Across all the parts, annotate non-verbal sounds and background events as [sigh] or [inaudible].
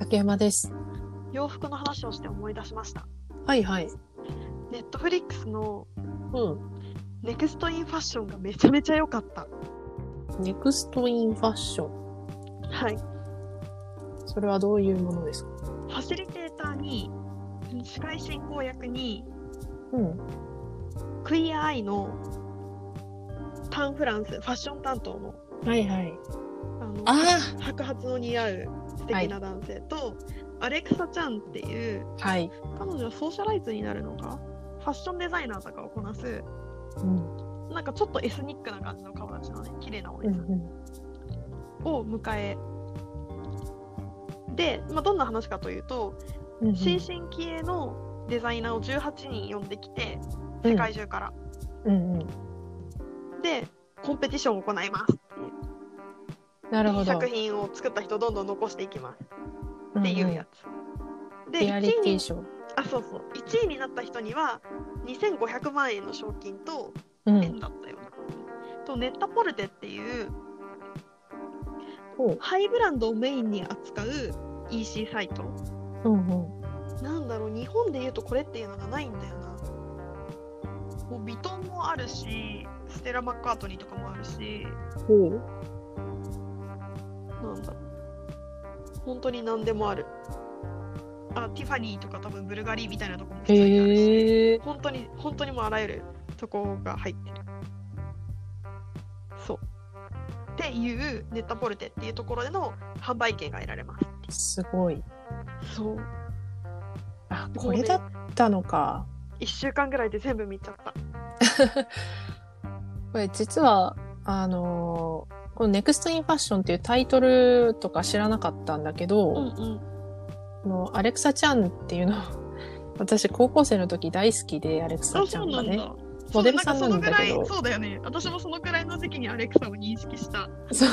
竹山です。洋服の話をして思い出しましたはいはい。ネットフリックスのうん。ネクストインファッションがめちゃめちゃ良かったネクストインファッション。はいそれはどういうものですかファシリテーターに司会進行役にうん。クイアアイのタンフランスファッション担当のはいはい。あのあ白髪の似合う素敵な男性と、アレクサちゃんっていうあはい。彼女はソーシャライズになるのかファッションデザイナーとかをこなすうん。なんかちょっとエスニックな感じの顔立ちのね綺麗なおう姉んさんを迎えで、まあ、どんな話かというと、うん。うん新進気鋭のデザイナーを18人呼んできて世界中から、うんうん。でコンペティションを行いますってなるいほうど。作品を作った人をどんどん残していきますっっていうやつ、でリアリ1テ位ィにショー。あそうそう1位になった人には2500万円の賞金とうん。円だったような、とネッタポルテっていうほハイブランドをメインに扱う EC サイトう。うんうん。なんだろう日本で言うとこれっていうのがないんだよなもうビトンもあるしステラ・マッカートニーとかもあるしほう。なんだろう本当に何でもあるあティファニーとか多分ブルガリーみたいなとこも普通にあるし、へえ。本当に本当にもうあらゆるとこが入ってるそうっていうネッタポルテっていうところでの販売権が得られますすごい。そうあ、これだったのか。 1週間ぐらいで全部見ちゃったこれ実は、あのーこのネクストインファッションっていうタイトルとか知らなかったんだけど、うんこのアレクサちゃんっていうの [laughs] 私高校生の時大好きでアレクサあちそゃうんながんねだモデルさんなんだけそどうなんかそのぐらいそうだよね私もそのくらいの時期にアレクサを認識したそ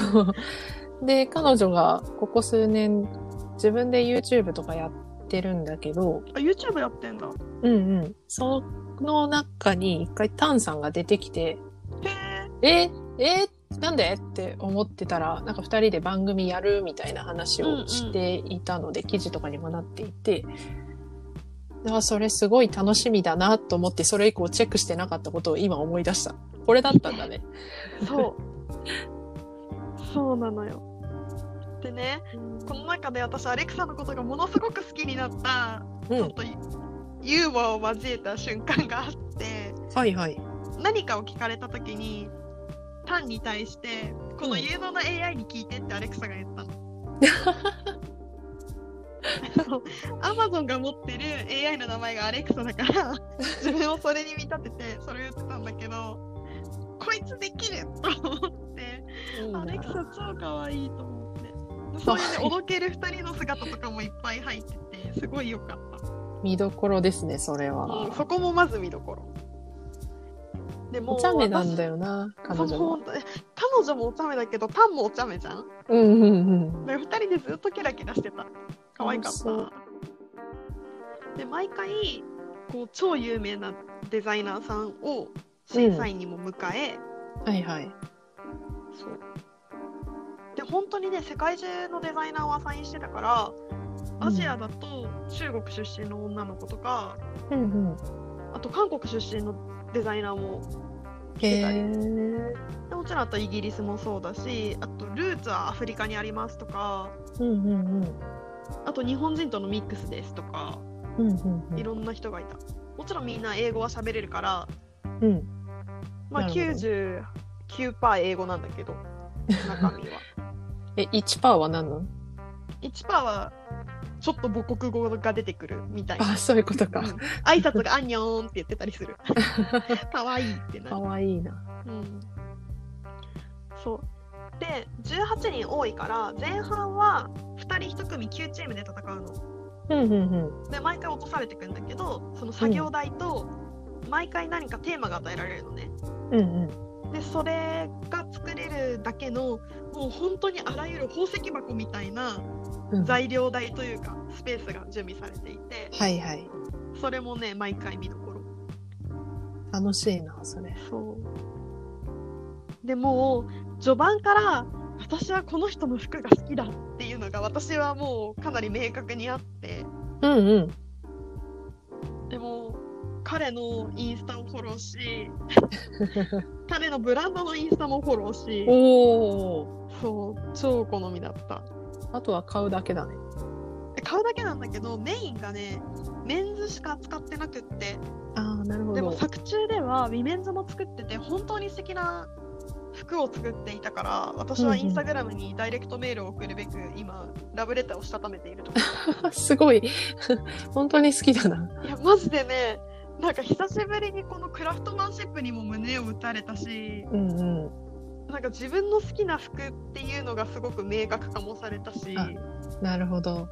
うで彼女がここ数年自分で YouTube とかやってるんだけどあ YouTube やってんだうんうんその中に一回タンさんが出てきてへえええなんでって思ってたらなんか二人で番組やるみたいな話をしていたので、記事とかにもなっていてあそれすごい楽しみだなと思ってそれ以降チェックしてなかったことを今思い出したこれだったんだ [laughs] ねそうそうなのよでねこの中で私アレクサのことがものすごく好きになった、うちょっんとユーモアを交えた瞬間があってはいはい何かを聞かれた時にタンに対してこの有能な AI に聞いてってアレクサが言ったの。アマゾンが持ってる AI の名前がアレクサだから自分をそれに見立ててそれを言ってたんだけどこいつできると思ってアレクサ超かわいいと思ってそういうねおどける2人の姿とかもいっぱい入っててすごい良かった。見どころですねそれは、うん、そこもまず見どころ。でもお茶目なんだよな彼女そうも本当に彼女もお茶目だけどパンもお茶目じゃんうんうんで2人でずっとキラキラしてた可愛かっそうたで毎回こう超有名なデザイナーさんを審査員にも迎え、うんはいはいそうで本当にね世界中のデザイナーをアサインしてたからアジアだと中国出身の女の子とか、うんうんあと韓国出身のデザイナーもへ来てたりえでもちろんあとイギリスもそうだしあとルーツはアフリカにありますとかうんうんうんあと日本人とのミックスですとかうんうんいろんな人がいたもちろんみんな英語は喋れるから、うんうんまあ、なる99%英語なんだ [laughs] けど中身はえ1パーは何なの1%はちょっと母国語が出てくるみたいなあそういうことうんか挨拶が「アンニョーン」って言ってたりする [laughs] かわいいってなかる、わいいなうん、そうで18人多いから前半は2人1組9チームで戦うのうんうんうんで毎回落とされてくんだけどその作業台と毎回何かテーマが与えられるのね、うんうんでそれが作れるだけのもう本当にあらゆる宝石箱みたいなうん材料台というかスペースが準備されていてはいはいそれもね毎回見どころ楽しいなそれそうでもう序盤から私はこの人の服が好きだっていうのが私はもうかなり明確にあってうんうん。でも彼のインスタをフォローし彼のブランドのインスタもフォローしおお。そう超好みだったあとは買うだけだね。で買うだけなんだけどメインがねメンズしか使ってなくってああ、なるほでもど。作中ではウィメンズも作ってて本当に素敵な服を作っていたから私はインスタグラムにダイレクトメールを送るべく今ラブレターをしたためているとこすごい。 [laughs] 本当に好きだな。いやマジでねなんか久しぶりにこのクラフトマンシップにも胸を打たれたしうんうん。なんか自分の好きな服っていうのがすごく明確化もされたし、あなるほど。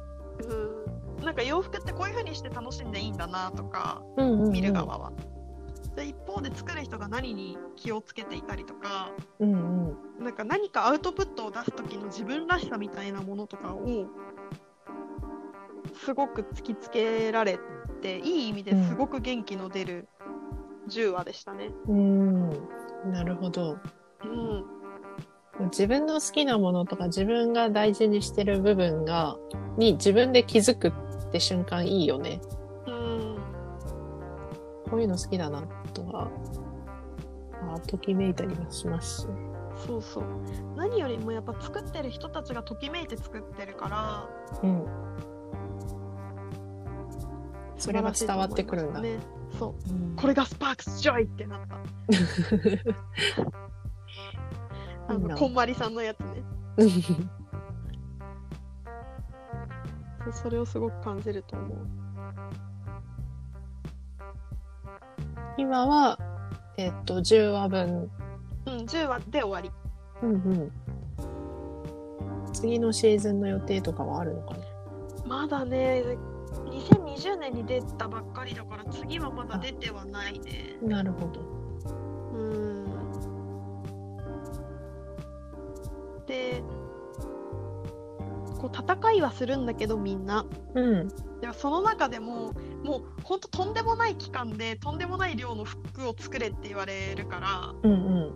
うん、なんか洋服ってこういう風にして楽しんでいいんだなとかうんうん、うん。見る側は。で一方で作る人が何に気をつけていたりとかうんうん。なんか何かアウトプットを出す時の自分らしさみたいなものとかをすごく突きつけられていい意味ですごく元気の出る10話でしたね。うん。なるほど。うん、自分の好きなものとか自分が大事にしてる部分が、に自分で気づくって瞬間いいよね。うんこういうの好きだな、とは、あときめいたりもしますし。そうそう何よりもやっぱ作ってる人たちがときめいて作ってるからうん。それが伝わってくるんだ。素晴らしいと思いましたね、そううんこれがスパークスジョイってなった [laughs] あいいのなこんまりさんのやつね [laughs] うんそうそれをすごく感じると思う今は、えっと、10話分。うん10話で終わりうんうん。次のシーズンの予定とかはあるのかなまだね2020年に出たばっかりだから次はまだ出てはないねなるほど。うんでこう戦いはするんだけどみんなうん。でもその中でももうほんととんでもない期間でとんでもない量の服を作れって言われるからうんうん。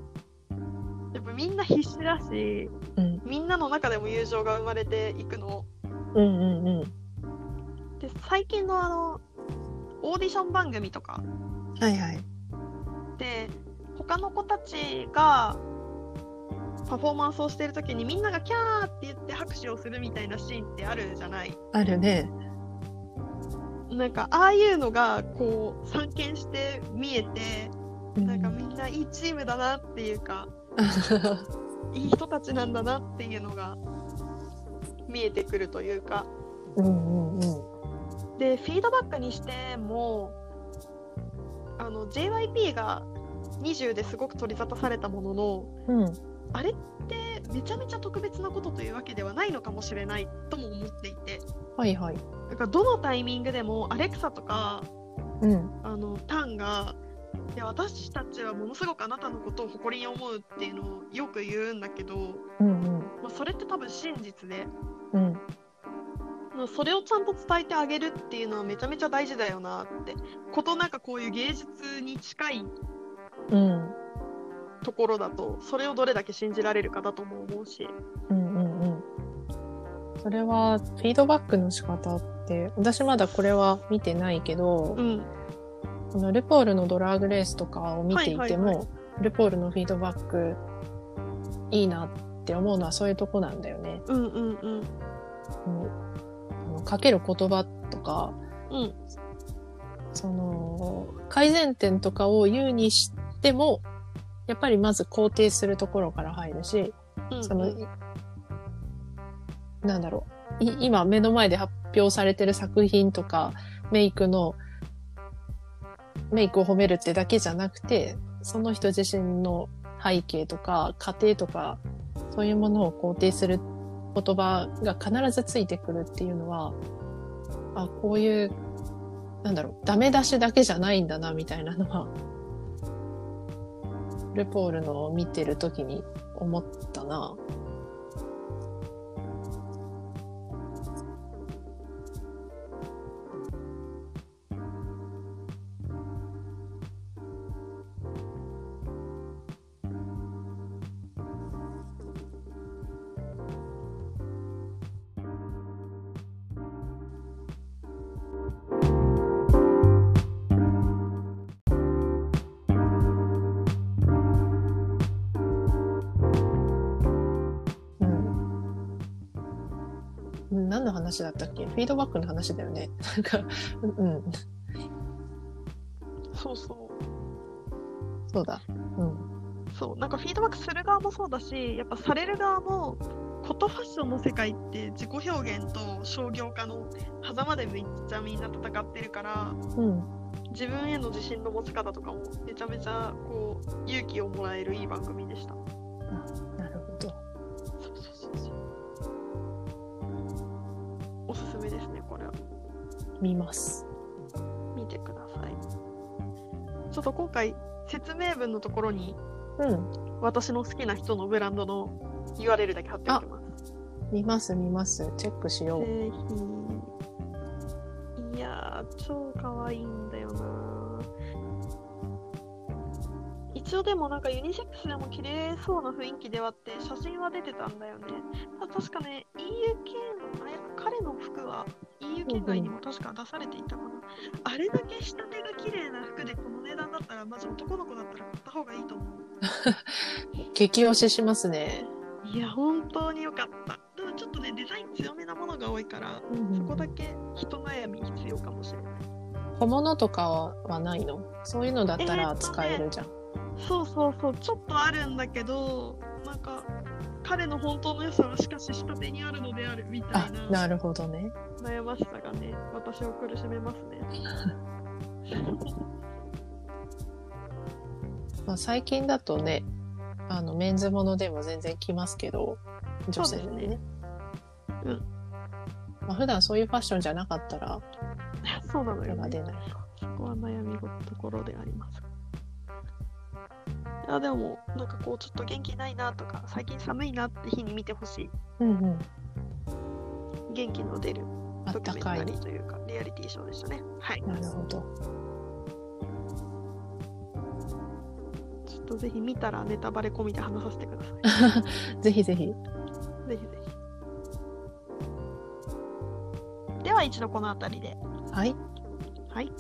やっぱみんな必死だしうんみんなの中でも友情が生まれていくのうんうんうん。で最近のあのオーディション番組とかはいはい。で他の子たちがパフォーマンスをしてる時にみんながキャーって言って拍手をするみたいなシーンってあるじゃないあるね。なんかああいうのがこう散見して見えてなんかみんないいチームだなっていうかいい人たちなんだなっていうのが見えてくるというか [laughs] うんうんうん。でフィードバックにしてもあの JYP が20ですごく取り沙汰されたもののうんあれってめちゃめちゃ特別なことというわけではないのかもしれないとも思っていてはいはい。だからどのタイミングでもアレクサとかうん。あのタンがいや私たちはものすごくあなたのことを誇りに思うっていうのをよく言うんだけど、うんうん。まあ、それって多分真実で、うん。まあそれをちゃんと伝えてあげるっていうのはめちゃめちゃ大事だよなってことなんかこういう芸術に近いうん。ところだとそれをどれだけ信じられるかだとも思うしうんうんうん。それは、フィードバックの仕方って、私まだこれは見てないけど、うんあのルポールのドラッグレースとかを見ていはていも、はいはルポールのフィードバックいいなって思うのはそういうとこなんだよね。うんうんうんもうあのかける言葉とか、うんその改善点とかを言うにしてもやっぱりまず肯定するところから入るし、うんそのいなんだろうい今目の前で発表されてる作品とかメイクのメイクを褒めるってだけじゃなくてその人自身の背景とか家庭とかそういうものを肯定する言葉が必ずついてくるっていうのはあこういうなんだろうダメ出しだけじゃないんだなみたいなのはルポールのを見てる時に思ったな。の話だったっけフィードバックの話だよね。 [laughs] なんか、うん、そうそうそうだ。うん。そうなんかフィードバックする側もそうだしやっぱされる側もことファッションの世界って自己表現と商業化の狭間でめっちゃみんな戦ってるからうん。自分への自信の持ち方とかもめちゃめちゃこう勇気をもらえるいい番組でした。なるほど。そうそうそうそうおすすめですねこれは見ます。見てくださいちょっと今回説明文のところにうん。私の好きな人のブランドの URL だけ貼っておきます見ます、見ます。チェックしよう。ぜひいやー超可愛いんだよな一応でもなんかユニセックスでも綺麗そうな雰囲気ではあって写真は出てたんだよねた確かね EU 圏あれ彼の服は EU 圏外にも確か出されていたかな、あれだけ下手が綺麗な服でこの値段だったらまず男の子だったら買った方がいいと思う激推ししますね。いや本当に良かったただちょっとねデザイン強めなものが多いからそこだけ人悩み必要かもしれない。小物とかはないのそういうのだったら使えるじゃん。そうそうそう、ちょっとあるんだけど、なんか彼の本当の良さはしかし下手にあるのであるみたあい、ななるほどね。悩ましさがね、私を苦しめます [laughs] ね。まあ、最近だとね、あの、メンズものでも全然着ますけど、女性でそうね。ですねうんまあ、普段そういうファッションじゃなかったら、そうなの手よ、が出ね。ないか。そこは悩みところであります。いやでもなんかこうちょっと元気ないなとか最近寒いなって日に見てほしいうんうん。元気の出るあドキったュメンかタいリ。ーというかリアリティショーでしたねはいなるほど。ちょっとぜひ見たらネタバレ込みで話させてくださいぜひぜひ。ぜひぜひ。では一度この辺りで。はい。はい。